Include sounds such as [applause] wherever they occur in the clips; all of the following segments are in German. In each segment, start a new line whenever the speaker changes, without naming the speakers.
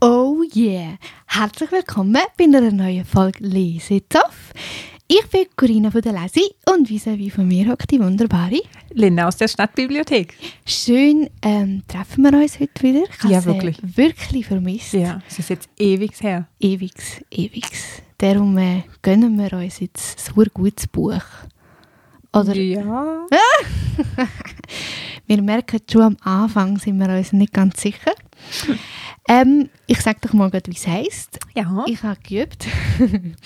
Oh herzlich willkommen bei einer neuen Folge Lesetopf. Ich bin Corinna von der Lesi und wie wie von mir hockt die wunderbare.
Linda aus der Stadtbibliothek.
Schön ähm, treffen wir uns heute wieder. Ich
Ja,
habe sie
wirklich.
wirklich vermisst.
Ja, es ist jetzt ewig her.
Ewigs, ewigs. Darum äh, gönnen wir uns jetzt so ein gutes Buch. Oder
ja.
wir merken schon am Anfang sind wir uns nicht ganz
[laughs]
sicher. ähm, ich sage doch mal, grad, wie es heisst.
ja.
Ich habe geübt. [laughs]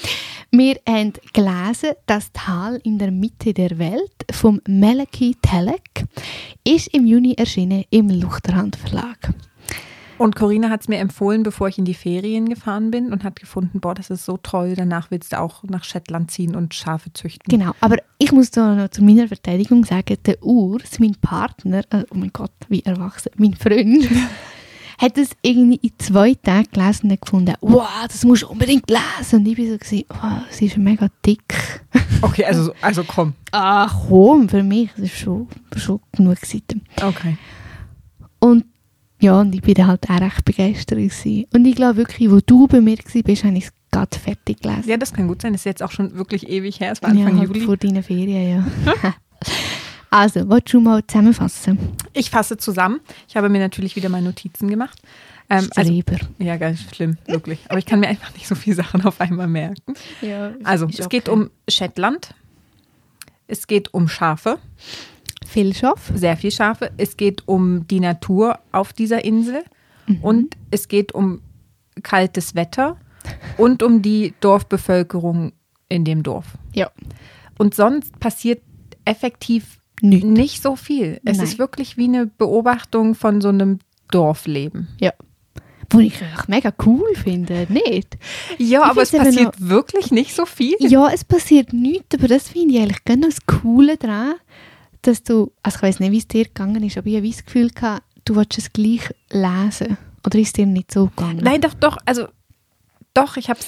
Wir haben gelesen, das Tal in der Mitte der Welt vom Malachi Telek ist im Juni erschienen im Luchterhand Verlag.
Und Corinna hat es mir empfohlen, bevor ich in die Ferien gefahren bin und hat gefunden, boah, das ist so toll, danach willst du auch nach Shetland ziehen und Schafe züchten.
Genau, aber ich muss da noch zu meiner Verteidigung sagen, der Urs, mein Partner, äh, oh mein Gott, wie erwachsen, mein Freund, [laughs] hat es irgendwie in zwei Tagen gelesen und gefunden, wow, das musst du unbedingt lesen. Und ich bin so, gewesen, wow, sie ist mega dick.
Okay, also, also komm.
Ach komm, für mich, das ist schon, schon genug Seiten.
Okay.
Und ja, und ich bin dann halt auch recht begeistert. Gewesen. Und ich glaube wirklich, wo du bei mir warst, habe ich es gerade fertig gelesen.
Ja, das kann gut sein. Das ist jetzt auch schon wirklich ewig her. Es war Anfang
ja, halt
Juli.
vor deinen Ferien, ja. [laughs] also, willst du mal zusammenfassen?
Ich fasse zusammen. Ich habe mir natürlich wieder mal Notizen gemacht. Ähm, also,
Streber.
ja, ganz schlimm, wirklich. Aber ich kann mir einfach nicht so viele Sachen auf einmal merken.
ja,
Also, es geht um Shetland. Es geht um Schafe.
viel Schaf.
sehr viel Schafe. Es geht um die Natur auf dieser Insel und es geht um kaltes Wetter und um die Dorfbevölkerung in dem Dorf.
Ja.
Und sonst passiert effektiv
Nicht.
nicht so viel. Es
Nein.
ist wirklich wie eine Beobachtung von so einem Dorfleben.
ja. Wo ich eigentlich mega cool finde, nicht?
Ja,
Ich
aber es
find's eben
passiert wirklich nicht so viel.
Ja, es passiert nichts, aber das finde ich eigentlich genau das Coole daran, dass du, also ich weiß nicht, wie es dir gegangen ist, aber ich habe das Gefühl gehabt, du wolltest es gleich lesen. Oder ist es dir nicht so gegangen?
Nein, doch, doch, also doch, ich habe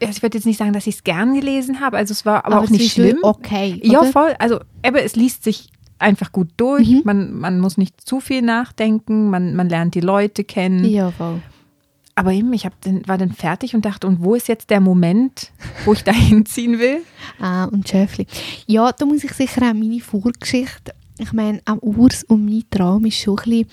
es, ich würde jetzt nicht sagen, dass ich es gern gelesen habe, also es war aber, auch
es
nicht
ist wie
schlimm.
Okay.
Ja,
oder?
voll. Also, aber es liest sich einfach gut durch.
Mhm.
Man, man muss nicht zu viel nachdenken. Man, man lernt die Leute kennen.
Ja, voll.
Aber eben, ich hab den, war dann fertig und dachte, und wo ist jetzt der Moment, wo ich da [laughs] hinziehen will?
Ah, und Schäfli. Ja, da muss ich sicher auch meine Vorgeschichte. Ich meine, am Urs und mein Traum ist schon ein bisschen,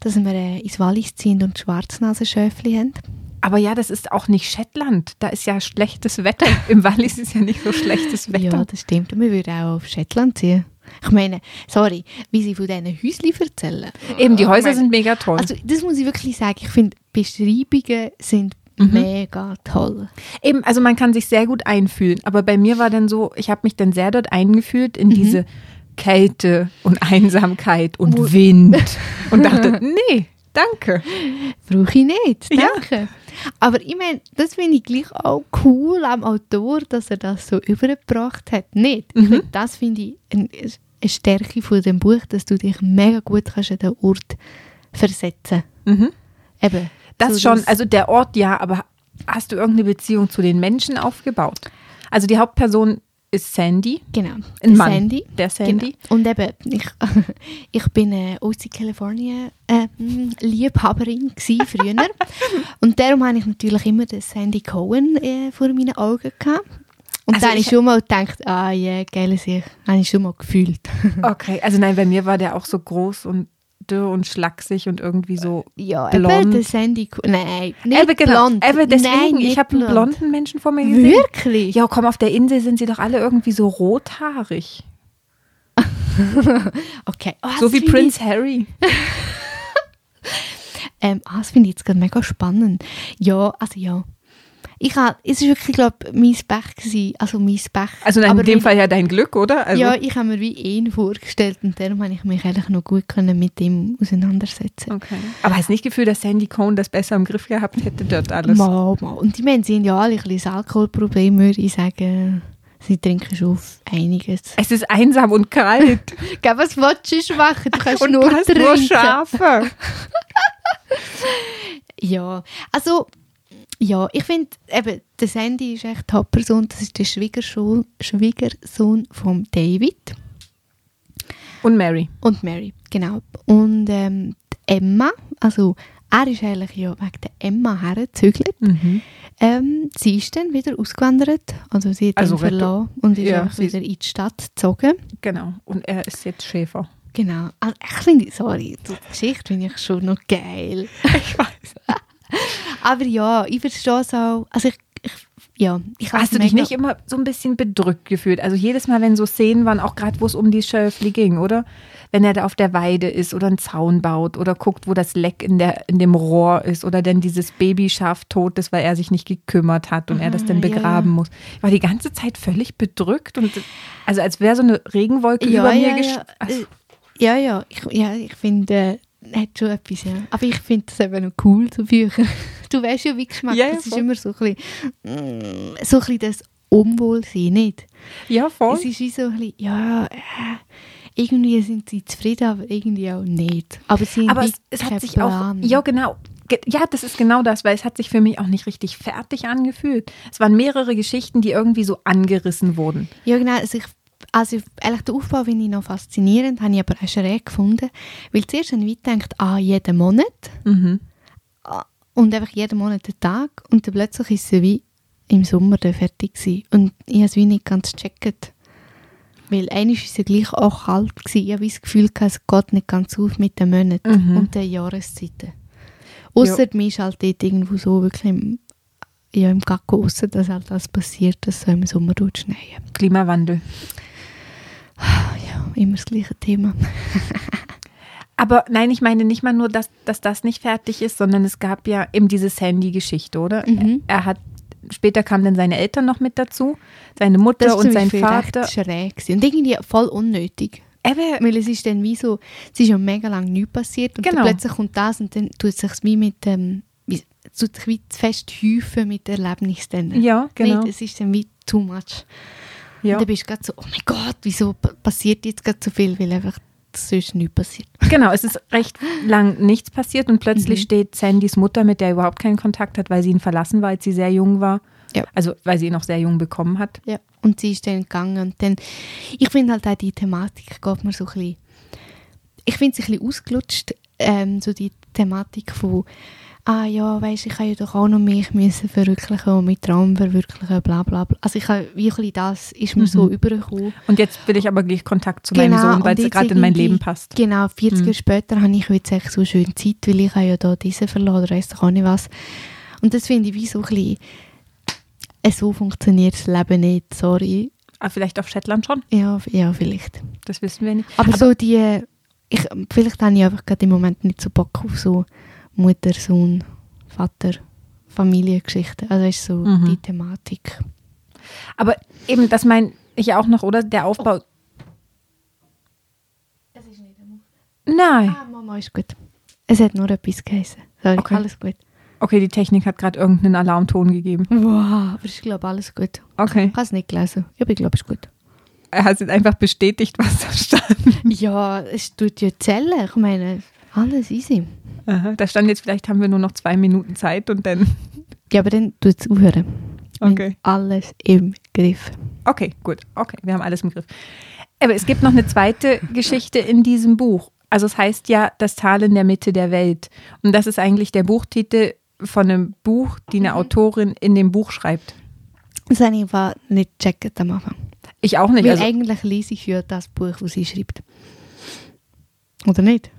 dass wir äh, ins Wallis ziehen und Schwarznasenschäfli haben.
Aber ja, das ist auch nicht Shetland. Da ist ja schlechtes Wetter. Im Wallis ist ja nicht so schlechtes
Ja,
Wetter.
das stimmt. Und wir würden auch auf Shetland ziehen. Ich meine, sorry, wie sie von diesen Häuschen erzählen.
eben, die Häuser
Ich meine,
sind mega toll.
Oh Also, das muss ich wirklich sagen. Ich finde, Beschreibungen sind
Mhm.
mega toll.
Eben, also man kann sich sehr gut einfühlen. Aber bei mir war dann so, ich habe mich dann sehr dort eingefühlt
Mhm.
in diese Kälte und Einsamkeit
[laughs]
und Wind. Und dachte, nee, danke.
Brauche ich nicht,
Ja.
danke. Aber ich meine, das finde ich gleich auch cool am Autor, dass er das so übergebracht hat. Nicht?
Mhm.
Ich find, das finde ich ein- eine Stärke von dem Buch, dass du dich mega gut kannst an den Ort versetzen
Mhm.
Eben.
Das
So,
schon, also der Ort ja, aber hast du irgendeine Beziehung zu den Menschen aufgebaut? Also die Hauptperson ist Sandy,
Genau.
ein
Der
Mann.
Sandy.
Der Sandy.
Genau. Und eben, ich, [laughs] ich bin äh, Ostkalifornien äh, mm, Liebhaberin gsi
[laughs]
früher. Und darum habe ich natürlich immer den Sandy Cohen äh, vor meinen Augen gehabt. Und
Also
dann habe ich
ich-
schon mal gedacht, ah ja, geil sich, habe ich schon mal gefühlt.
Okay, also nein, bei mir war der auch so groß und dürr und schlaksig und irgendwie so.
Ja,
Blond.
eben der Sandy Cohen. Nein, nicht
Eben, genau.
blond.
Eben, deswegen,
Nein,
ich
nicht
habe einen
blond.
blonden Menschen vor mir gesehen.
Wirklich?
Ja, komm, auf der Insel sind sie doch alle irgendwie so rothaarig.
Okay. Oh, das
so wie
finde
Prince Harry.
Ähm, ah, das finde ich jetzt gerade mega spannend. Ja, also ja. Ich hab, es war wirklich, glaube ich, mein Pech. Gewesen, also mein Pech.
Also nein,
Aber
in dem
wenn-
Fall ja dein Glück, oder? Also,
Ja, ich habe mir wie ihn vorgestellt und darum habe ich mich eigentlich noch gut können mit ihm auseinandersetzen.
Okay. Aber hast du nicht das Gefühl, dass Sandy Cohn das besser im Griff gehabt hätte dort alles?
Mal, mal. Und ich meine, sie haben ja alle ein bisschen das Alkoholproblem, würde ich sagen. Sie trinken schon auf einiges.
Es ist einsam und kalt
[laughs] Gell, was willst du machen? Du kannst
und
nur
du hast
trinken. [laughs]
nur Schafe.
Ja, also ja, ich finde, eben, der Sandy ist echt die Hauptperson, das ist der Schwiegersohn, Schwiegersohn von David
Und Mary.
und Mary, genau. Und ähm, die Emma, also er ist eigentlich ja wegen der Emma hergezügelt. Ähm, sie ist dann wieder ausgewandert, also sie hat
Also
ihn verlassen und ist
ja,
einfach
sie ist-
wieder in die Stadt gezogen.
Genau. Und er ist jetzt Schäfer.
Genau. Also ich finde, sorry, die Geschichte finde ich schon noch geil.
[laughs] Ich weiß.
Aber ja, ich verstehe es auch. Also ich, ich ja, ich
Hast du dich nicht immer so ein bisschen bedrückt gefühlt? Also jedes Mal, wenn so Szenen waren, auch gerade wo es um die Schöfli ging, oder? Wenn er da auf der Weide ist oder einen Zaun baut oder guckt, wo das Leck in, der, in dem Rohr ist oder dann dieses Babyschaf tot ist, weil er sich nicht gekümmert hat und er das dann
Ah, ja,
begraben muss. Ich war die ganze Zeit völlig bedrückt und also als wäre so eine Regenwolke
ja,
über mir
ja,
gesch-
ja.
Also,
Äh, ja, ja, ich, ja, ich finde, äh, hat schon etwas, ja. Aber ich finde das eben noch cool, so Bücher. [laughs] Du weißt ja, wie Geschmack,
Ja, ja,
das ist
voll.
immer so ein bisschen, mm, so ein bisschen das Unwohlsein, nicht?
ja, voll.
Es ist wie so ein bisschen, ja, äh, irgendwie sind sie zufrieden, aber irgendwie auch nicht. Aber sie haben
Aber
wie
es, es
keinen
hat sich auch.
Plan.
Ja, genau. Ge- Ja, das ist genau das, weil es hat sich für mich auch nicht richtig fertig angefühlt. Es waren mehrere Geschichten, die irgendwie so angerissen wurden.
Ja, genau. Also, ich, also ehrlich, den Aufbau finde ich noch faszinierend, habe ich aber auch schräg gefunden. Weil zuerst habe ich gedacht, ah, jeden Monat.
Mhm.
Ah, Und einfach jeden Monat einen Tag. Und dann plötzlich ist sie wie im Sommer dann fertig gewesen. Und ich habe es wie nicht ganz gecheckt. Weil eigentlich war es ja gleich auch kalt. Gewesen. Ich habe wie das Gefühl, gehabt, es geht nicht ganz auf mit den Monaten
Mhm.
und den Jahreszeiten. Außer mir ist halt dort irgendwo so wirklich im, ja, im Gacko raus, dass halt das passiert, dass so im Sommer tut schneien.
Klimawandel.
Ja, immer das gleiche Thema.
Aber nein, ich meine nicht mal nur, dass, dass das nicht fertig ist, sondern es gab ja eben diese Sandy-Geschichte, oder?
Mhm.
Er hat. Später kamen dann seine Eltern noch mit dazu, seine Mutter
Das
und
war
sein
zum Beispiel
Vater.
recht schräg. gewesen. Und irgendwie voll unnötig.
Eben,
Weil es ist dann wie so, es ist ja mega lange nichts passiert und dann
Genau.
plötzlich kommt das und dann tut es sich wie mit dem, wie, es tut sich wie zu fest häufen mit Erlebnissen.
ja, genau.
Nicht, es ist dann wie too much.
ja.
Und dann bist du gerade so, oh mein Gott, wieso pa- passiert jetzt gerade so viel, weil einfach sonst nichts passiert.
Genau, es ist recht lang nichts passiert und plötzlich
Mhm.
steht Sandys Mutter, mit der er überhaupt keinen Kontakt hat, weil sie ihn verlassen war, als sie sehr jung war.
Ja.
Also, weil sie ihn noch sehr jung bekommen hat.
Ja. Und sie ist dann gegangen und dann, ich finde halt auch die Thematik geht mir so ein bisschen, ich finde es ein bisschen ausgelutscht, ähm, so die Thematik von, ah ja, weisst, ich habe ja doch auch noch mich müssen verwirklichen und meinen Traum verwirklichen, bla bla bla. Also ich habe wirklich das, ist mir
Mhm.
so übergekommen.
Und jetzt will ich aber gleich Kontakt zu meinem
Genau,
Sohn, weil
und
es
jetzt
gerade in mein
irgendwie-
Leben passt. Mhm.
Genau, 40 Jahre später habe ich jetzt echt so schön Zeit, weil ich habe ja da diese verloren, oder weiss doch auch nicht was. Und das finde ich wie so ein bisschen, äh, so funktioniert das Leben nicht, sorry.
Ah, vielleicht auf Shetland schon,
Ja, f- ja vielleicht.
das wissen wir nicht.
Aber, so die, äh, ich, vielleicht habe ich einfach gerade im Moment nicht so Bock auf so Mutter, Sohn, Vater, Familiengeschichten. Also ist so
Mhm.
die Thematik.
Aber eben, das meine ich auch noch, oder? Der Aufbau.
Es ist nicht
Nein.
Ah, Mama, ist gut. Es hat nur etwas geheißen. Sorry,
Okay.
alles gut.
Okay, die Technik hat gerade irgendeinen Alarmton gegeben.
Wow, aber ich glaube, alles gut.
Okay.
Ich habe es nicht gelesen. Ja, Aber ich glaube, es ist gut.
Er hat jetzt einfach bestätigt, was da stand.
Ja, es tut ja zählen. Ich meine, alles easy.
Aha, da stand jetzt, vielleicht haben wir nur noch zwei Minuten Zeit und dann.
Ja, aber dann tut es aufhören. Wir haben
Okay.
Alles im Griff.
Okay, gut. Okay, wir haben alles im Griff. Aber es gibt noch eine zweite Geschichte in diesem Buch. Also es heißt ja Das Tal in der Mitte der Welt. Und das ist eigentlich der Buchtitel von einem Buch, die eine Autorin in dem Buch schreibt.
Das habe ich aber nicht gecheckt am Anfang.
Ich auch nicht.
Weil
Also,
eigentlich lese ich ja das Buch, das sie schreibt. Oder nicht?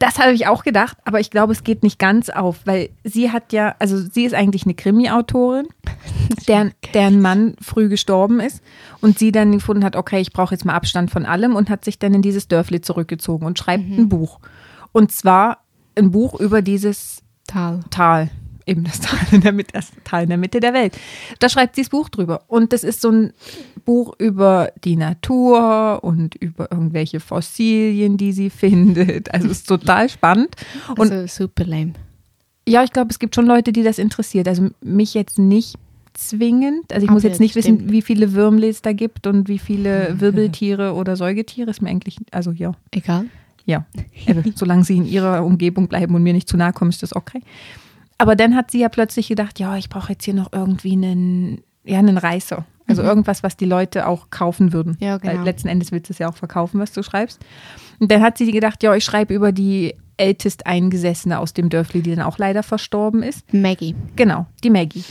das habe ich auch gedacht, aber ich glaube, es geht nicht ganz auf, weil sie hat ja, also sie ist eigentlich eine Krimi-Autorin, deren, deren Mann früh gestorben ist und sie dann gefunden hat, okay, ich brauche jetzt mal Abstand von allem und hat sich dann in dieses Dörfli zurückgezogen und schreibt ein Buch. Und zwar ein Buch über dieses
Tal.
Tal, eben das Tal in der Mitte, das Tal in der Mitte der Welt. Da schreibt sie das Buch drüber. Und das ist so ein Buch über die Natur und über irgendwelche Fossilien, die sie [laughs] findet. Also es ist total spannend. Und
Also super lame.
ja, ich glaube, es gibt schon Leute, die das interessiert. Also mich jetzt nicht zwingend. Also ich
Aber
muss jetzt
das
nicht wissen,
stimmt.
wie viele Würmle es da gibt und wie
[laughs]
viele Wirbeltiere oder Säugetiere. Ist mir eigentlich, also ja.
Egal.
Ja, eben, solange sie in ihrer Umgebung bleiben und mir nicht zu nahe kommen, ist das okay. Aber dann hat sie ja plötzlich gedacht, ja, ich brauche jetzt hier noch irgendwie einen, ja, einen Reißer. Also irgendwas, was die Leute auch kaufen würden.
Mhm. Ja, genau.
Weil letzten Endes willst du es ja auch verkaufen, was du schreibst. Und dann hat sie gedacht, ja, ich schreibe über die ältest Eingesessene aus dem Dörfli, die dann auch leider verstorben ist.
Maggie.
Genau, die Maggie.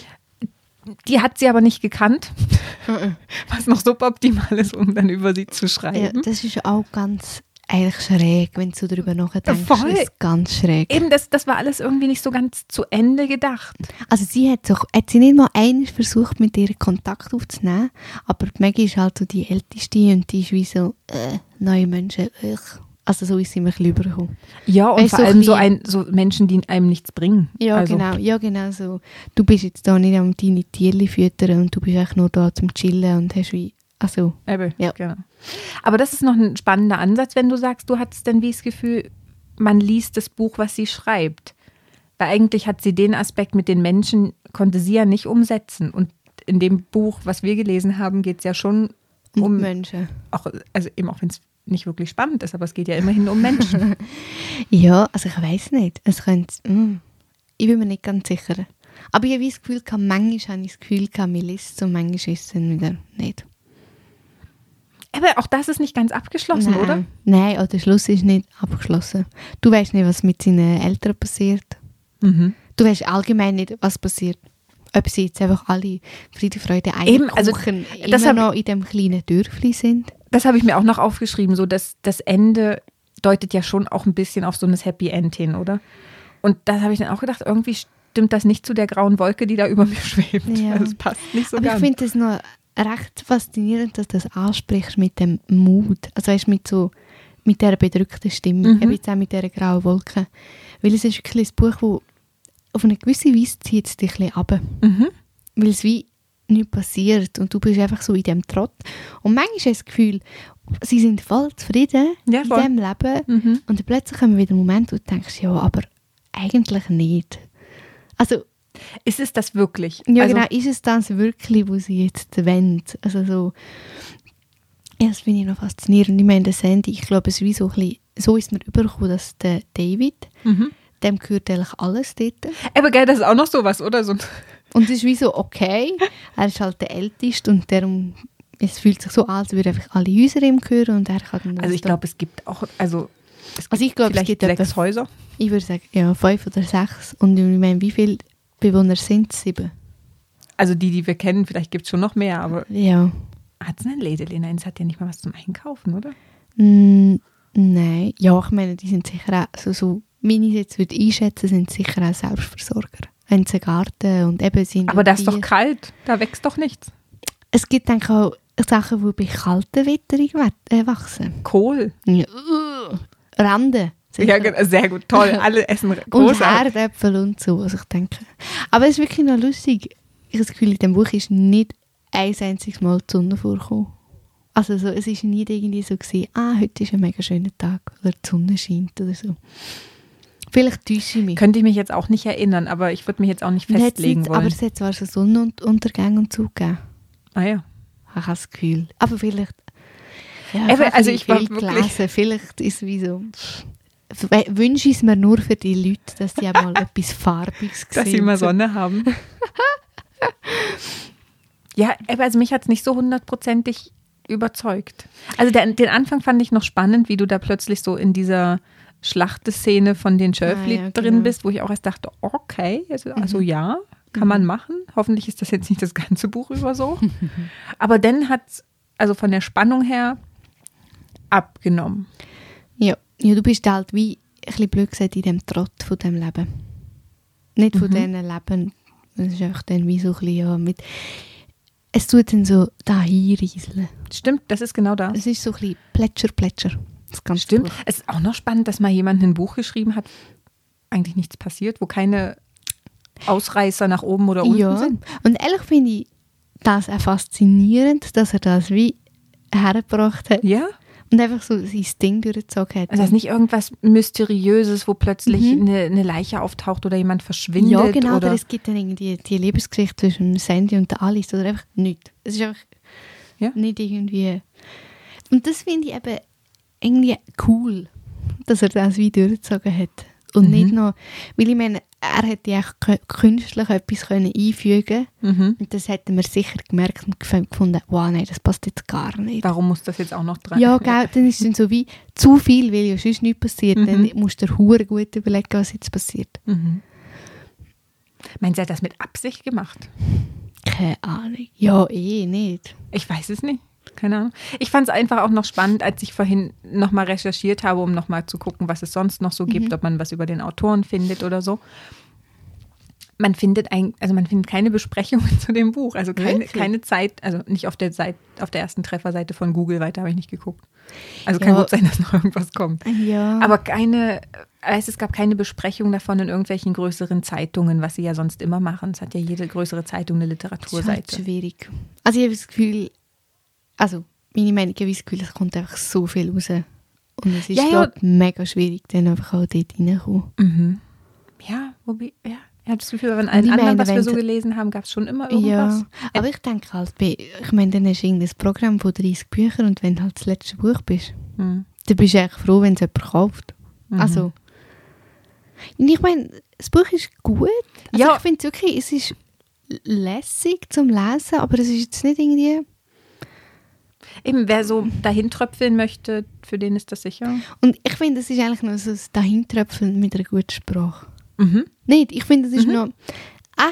Die hat sie aber nicht gekannt, was noch suboptimal ist, um dann über sie zu
Mhm. Ja,
schreiben.
das ist auch ganz eigentlich schräg, wenn du so darüber nachdenkst.
Voll.
Das ist ganz schräg.
Eben, das, das war alles irgendwie nicht so ganz zu Ende gedacht.
Also sie hat, doch, hat sie nicht mal einmal versucht, mit ihr Kontakt aufzunehmen, aber die Maggie ist halt so die Älteste und die ist wie so, äh, neue Menschen, ich. Also so ist sie mir ein bisschen rübergekommen.
Ja, und
Weißt du,
vor allem so,
ein
ein, so Menschen, die einem nichts bringen.
Ja,
Also,
genau, ja, genau so. Du bist jetzt da nicht am deine Tierli füttern und du bist eigentlich nur da zum Chillen und hast wie, also,
Eben,
Ja.
genau. Aber das ist noch ein spannender Ansatz, wenn du sagst, du hattest dann wie das Gefühl, man liest das Buch, was sie schreibt. Weil eigentlich hat sie den Aspekt mit den Menschen, konnte sie ja nicht umsetzen. Und in dem Buch, was wir gelesen haben, geht es ja schon
um
um,
Menschen.
auch, also eben auch wenn es nicht wirklich spannend ist, aber es geht ja immerhin um Menschen. [laughs]
Ja, also ich weiß nicht. Es könnte. mm. ich bin mir nicht ganz sicher. Aber ich habe wie das Gefühl, gehabt, manchmal habe ich das Gefühl, gehabt, mir liest und manchmal ist es dann wieder nicht.
aber auch das ist nicht ganz abgeschlossen,
Nein.
oder?
Nein, auch der Schluss ist nicht abgeschlossen. Du weißt nicht, was mit seinen Eltern passiert.
Mhm.
Du weißt allgemein nicht, was passiert. Ob sie jetzt einfach alle Friede, Freude,
Eben, also,
Eierkuchen
das
immer
hab-
noch in dem kleinen Dörfli sind.
Das habe ich mir auch noch aufgeschrieben, so dass das Ende deutet ja schon auch ein bisschen auf so ein Happy End hin, oder? Und da habe ich dann auch gedacht, irgendwie stimmt das nicht zu der grauen Wolke, die da über mir [laughs] schwebt.
Ja.
Also es passt nicht so
Aber ich
ganz.
finde es noch recht faszinierend, dass du das ansprichst mit dem Mut. Also weißt, mit so mit dieser bedrückten Stimme,
Mhm.
eben jetzt auch mit dieser grauen Wolke. Weil es ist wirklich ein Buch, wo auf eine gewisse Weise zieht es dich ein bisschen runter.
Mhm.
Weil es wie nichts passiert und du bist einfach so in dem Trott. Und manchmal hast du das Gefühl, sie sind voll zufrieden
Ja, voll.
in
Mhm.
diesem Leben und dann plötzlich kommen wieder Momente, wo du denkst, ja, aber eigentlich nicht. Also
Ist es das wirklich?
ja,
also,
genau. Ist es das wirklich, was sie jetzt wollen? Also so, ja, das finde ich noch faszinierend. Ich meine, der Sandy, ich glaube, es ist wie so ein bisschen, so ist mir übergekommen, dass der David, dem gehört eigentlich alles dort.
Aber geil, mhm. das ist auch noch sowas, oder? So,
Und es ist wie so, okay, er ist halt der Älteste und darum, es fühlt sich so an, als würde einfach alle Häuser ihm gehören und er kann dann
also ich
da-
glaube, es gibt auch, also es gibt
Also ich glaube, es
vielleicht
gibt
sechs
etwa-
Häuser.
ich würde sagen, ja, fünf oder sechs. Und ich meine, wie viele Bewohner sind es? Sieben?
Also die, die wir kennen, vielleicht gibt es schon noch mehr, aber
Ja.
hat es einen Lädel in Es hat ja nicht mal was zum Einkaufen, oder?
Mm, nein. Ja, ich meine, die sind sicher auch, so, so meine ich jetzt würde einschätzen, sind sicher auch Selbstversorger. Haben sie einen Garten und eben sind
Aber
auch
da ist doch
die-
kalt, da wächst doch nichts.
Es gibt dann auch Sachen, die bei kalten Witterung we- äh, wachsen.
Kohl.
Ja. uh, Rande.
Ja,
sicher.
genau, sehr gut, [laughs] toll. Alle essen
Und
großartig.
Herdäpfel und so, also ich denke. Aber es ist wirklich noch lustig. Ich habe das Gefühl, in diesem Buch ist nicht ein einziges Mal die Sonne vorgekommen. Also so, es ist nie irgendwie so gewesen, ah, heute ist ein mega schöner Tag oder die Sonne scheint oder so. Vielleicht täusche ich mich.
Könnte ich mich jetzt auch nicht erinnern, aber ich würde mich jetzt auch nicht
Hat's
festlegen
nicht, aber
wollen.
es hat zwar schon Sonnenuntergang und Zug gegeben.
Ah ja.
Ich habe das Gefühl. Aber vielleicht... Ja,
Eben,
habe
also
viel-
ich war
viel
wirklich-
gelesen. Vielleicht ist es wie so... We- Wünsche ich es mir nur für die Leute, dass sie
[laughs]
einmal etwas Farbiges sehen.
Dass sie immer Sonne haben. [laughs] ja, aber also mich hat es nicht so hundertprozentig überzeugt. Also der, den Anfang fand ich noch spannend, wie du da plötzlich so in dieser Schlachteszene von den Schöfli
Ah, ja,
drin
genau. Mhm.
bist, wo ich auch erst dachte, okay, also, also ja, kann man machen. Hoffentlich ist das jetzt nicht das ganze Buch über
[laughs]
so. aber dann hat es, also von der Spannung her, abgenommen.
Ja, ja du bist halt wie ein bisschen blöd gesagt in dem Trott von dem Leben. Nicht
Mhm.
von diesen Leben. Es ist einfach dann wie so ein bisschen, ja, mit... Es tut dann so da rieseln.
Stimmt, das ist genau das.
Es ist so ein bisschen Plätscher, Plätscher. Das ganze
Stimmt.
Buch.
Es ist auch noch spannend, dass mal jemand ein Buch geschrieben hat, eigentlich nichts passiert, wo keine Ausreißer nach oben oder unten
Ja.
sind.
Und ehrlich finde ich das auch faszinierend, dass er das wie hergebracht hat
Ja?
und einfach so sein Ding durchgezogen hat.
Also das ist nicht irgendwas Mysteriöses, wo plötzlich eine, eine Leiche auftaucht oder jemand verschwindet.
Mhm. ja, genau,
Oder,
oder es gibt dann irgendwie die Liebesgeschichte zwischen Sandy und der Alice oder einfach nichts. Es ist einfach
Ja.
nicht irgendwie... Und das finde ich eben irgendwie cool, dass er das wie durchgezogen hat. und nicht
Mhm.
noch, weil ich meine, er hätte ja auch kö- künstlich etwas können einfügen
Mhm.
und das hätten wir sicher gemerkt und gef- gefunden, wow, nein, das passt jetzt gar nicht.
Warum muss das jetzt auch noch dran?
Ja, gell, dann ist es dann so wie zu viel, weil ja sonst nichts passiert. Dann
Mhm.
musst du dir hure gut überlegen, was jetzt passiert.
Mhm. Meinst du, er hat das mit Absicht gemacht?
Keine Ahnung. Ja, eh nicht.
Ich weiß es nicht. Keine Ahnung. Ich fand es einfach auch noch spannend, als ich vorhin nochmal recherchiert habe, um nochmal zu gucken, was es sonst noch
Mhm.
so gibt, ob man was über den Autoren findet oder so. Man findet ein, also man findet keine Besprechungen [laughs] zu dem Buch, also keine,
Wirklich?
keine Zeit, also nicht auf der Seite, auf der ersten Trefferseite von Google weiter habe ich nicht geguckt. Also kann
Ja.
gut sein, dass noch irgendwas kommt.
Äh, Ja.
Aber keine, weiß, es gab keine Besprechung davon in irgendwelchen größeren Zeitungen, was sie ja sonst immer machen. Es hat ja jede größere Zeitung eine
ist halt
Literaturseite.
schwierig. Also ich habe das Gefühl, also meine Meinung, ich habe das Gefühl, es kommt einfach so viel raus. Und es ist,
Ja, ja.
glaube ich, mega schwierig, dann einfach auch dort reinzukommen.
Mhm. Ja, wobei, ja. Ich habe das Gefühl, bei allen
ich
anderen,
meine,
was wir
wenn
so
du-
gelesen haben, gab es schon immer irgendwas.
Ja, aber ich denke halt, bei, ich meine, dann hast du irgendein Programm von 30 Büchern und wenn du halt das letzte Buch bist,
Mhm.
dann bist du eigentlich froh, wenn es jemand kauft. Also, und ich meine, das Buch ist gut. Also
Ja.
ich finde es wirklich, es ist lässig zum Lesen, aber es ist jetzt nicht irgendwie...
Eben, wer so dahin tröpfeln möchte, für den ist das sicher.
Und ich finde, das ist eigentlich noch so ein Dahintröpfeln mit einer guten Sprache.
Mhm.
Nicht, ich finde, das ist noch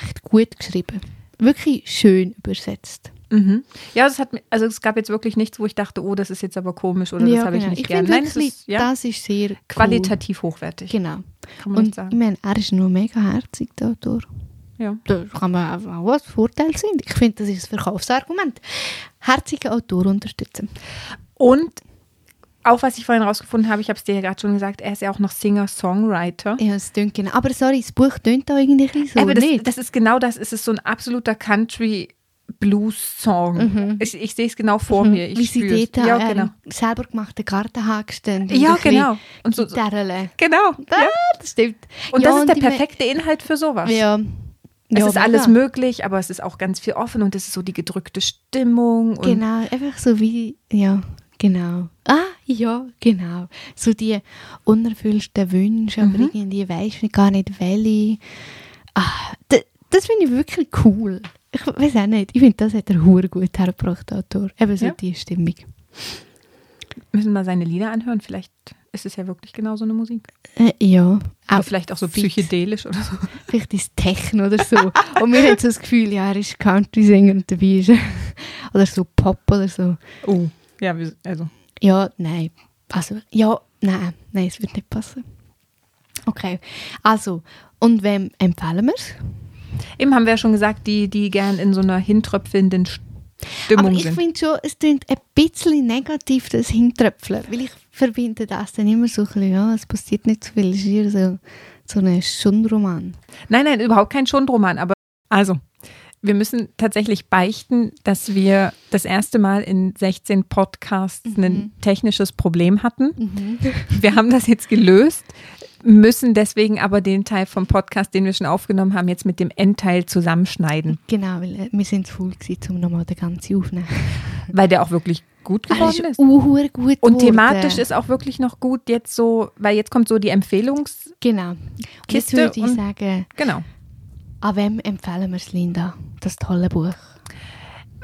echt gut geschrieben. Wirklich schön übersetzt.
Mhm. Ja, es hat, mi- also es gab jetzt wirklich nichts, wo ich dachte, oh, das ist jetzt aber komisch oder das habe ich
genau.
nicht
ich
gern.
finde
Nein, es
wirklich,
ist ja,
das ist sehr cool.
qualitativ hochwertig,
Genau.
kann man nicht
Und ich
sagen.
meine, er ist noch mega herzig, der Autor.
Ja.
Da kann man auch- auch was Vorteile sind. Ich finde, das ist ein Verkaufsargument. Herzige Autor unterstützen.
Und auch was ich vorhin rausgefunden habe, ich habe es dir ja gerade schon gesagt, er ist ja auch noch Singer-Songwriter.
Ja, es tönt genau. Aber sorry, das Buch tönt da irgendwie ein bisschen so.
Aber das,
nicht.
das ist genau das. Es ist so ein absoluter Country Blues Song. Ich, ich sehe es genau vor mir. Ich
Mhm. Wie sie
spür's.
dort
ja,
an
genau.
einem selber gemachten Gartenhaken stehen.
Ja, genau.
Und
Und
so,
so-
Gitarre.
Genau.
Ah,
Ja.
das stimmt.
Und
ja,
das ist der
die Me-
perfekte Inhalt für sowas.
Ja.
Es
ja,
ist alles
mega.
möglich, aber es ist auch ganz viel offen und es ist so die gedrückte Stimmung. Und
Genau, einfach so wie, ja, genau. Ah, ja, genau. So die unerfüllten Wünsche,
Mhm.
aber irgendwie weisst du gar nicht, welche. Ah, d- das finde ich wirklich cool. Ich weiß auch nicht. Ich finde, das hat er hure gut hergebracht, der Autor. Eben so
Ja.
die Stimmung.
müssen mal seine Lieder anhören. Vielleicht ist es ja wirklich genau so eine Musik.
Äh, ja.
Oder vielleicht auch so
fit.
psychedelisch oder so.
Vielleicht ist Techno oder so. und wir haben so das Gefühl, ja, er ist Country-Sänger und dabei ist er. [laughs] Oder so Pop oder so.
Oh, ja, wir- also.
Ja, nein. Also, ja, nein. Nein, es wird nicht passen. Okay. Also, und wem empfehlen wir es?
Eben haben wir ja schon gesagt, die, die gern in so einer hintröpfelnden Stimmung
Aber ich
sind.
finde schon, es klingt ein bisschen negativ, das Hintröpfeln. Weil ich verbinde das dann immer so ein bisschen, ja, es passiert nicht so viel. Es ist eher so, so ein Schundroman.
Nein, nein, überhaupt kein Schundroman, aber also, wir müssen tatsächlich beichten, dass wir das erste Mal in 16 Podcasts ein technisches Problem hatten. Wir haben das jetzt gelöst, müssen deswegen aber den Teil vom Podcast, den wir schon aufgenommen haben, jetzt mit dem Endteil zusammenschneiden,
[laughs] Genau, weil äh, wir sind zu faul gewesen, um nochmal den ganzen aufzunehmen.
weil der auch wirklich gut
Er
geworden
ist
ist.
unhuhr gut
Und
geworden.
thematisch ist auch wirklich noch gut jetzt so, weil jetzt kommt so die Empfehlungs...
Genau. Und jetzt
Kiste
würde ich
und-
sagen,
Genau.
an wem empfehlen wir es, Linda? Das tolle Buch.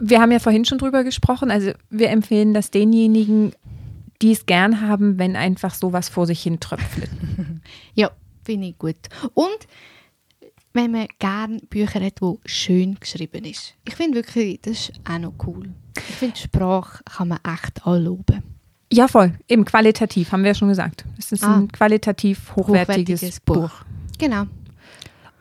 Wir haben ja vorhin schon drüber gesprochen. Also wir empfehlen das denjenigen, die es gern haben, wenn einfach sowas vor sich hin tröpfelt.
Ja, finde ich gut. Und wenn man gerne Bücher hat, die schön geschrieben ist. Ich finde wirklich, das ist auch noch cool. Ich finde, Sprache kann man echt anloben.
Ja, voll. Eben qualitativ, haben wir ja schon gesagt. Es ist
Ah.
ein qualitativ hochwertiges,
Hochwertiges Buch.
Buch.
Genau.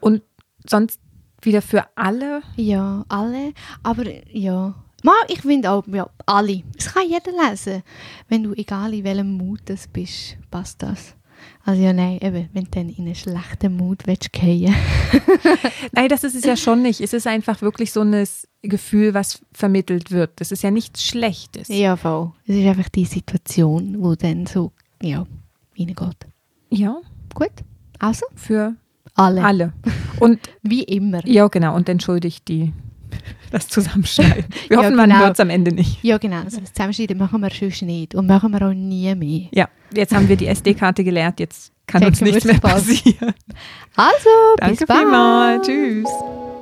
Und sonst wieder für alle.
Ja, alle. Aber ja. Ma, ich finde auch, ja, alle. Es kann jeder lesen. Wenn du egal in welchem Mut das bist, passt das. Also ja, nein, eben, wenn du dann in einen schlechten Mut willst gehen.
Nein, das ist es ja schon nicht. Es ist einfach wirklich so ein Gefühl, was vermittelt wird. Das ist ja nichts Schlechtes.
Ja, voll. Es ist einfach die Situation, wo dann so, ja, reingeht.
Ja,
Gut. Also,
für
alle.
alle. Und
Wie immer.
ja, genau. Und entschuldigt die [laughs] das Zusammenschneiden.
[laughs]
Wir
Ja,
hoffen, man
genau.
hört es am Ende nicht.
Ja, genau. Also das Zusammenschneiden machen wir sonst nicht und machen wir auch nie mehr.
Ja, jetzt haben wir die SD-Karte geleert, jetzt kann uns
Checken
nichts
wir
mehr
sofort.
passieren.
Also, bis
Danke
Also, bald.
vielmals. Tschüss.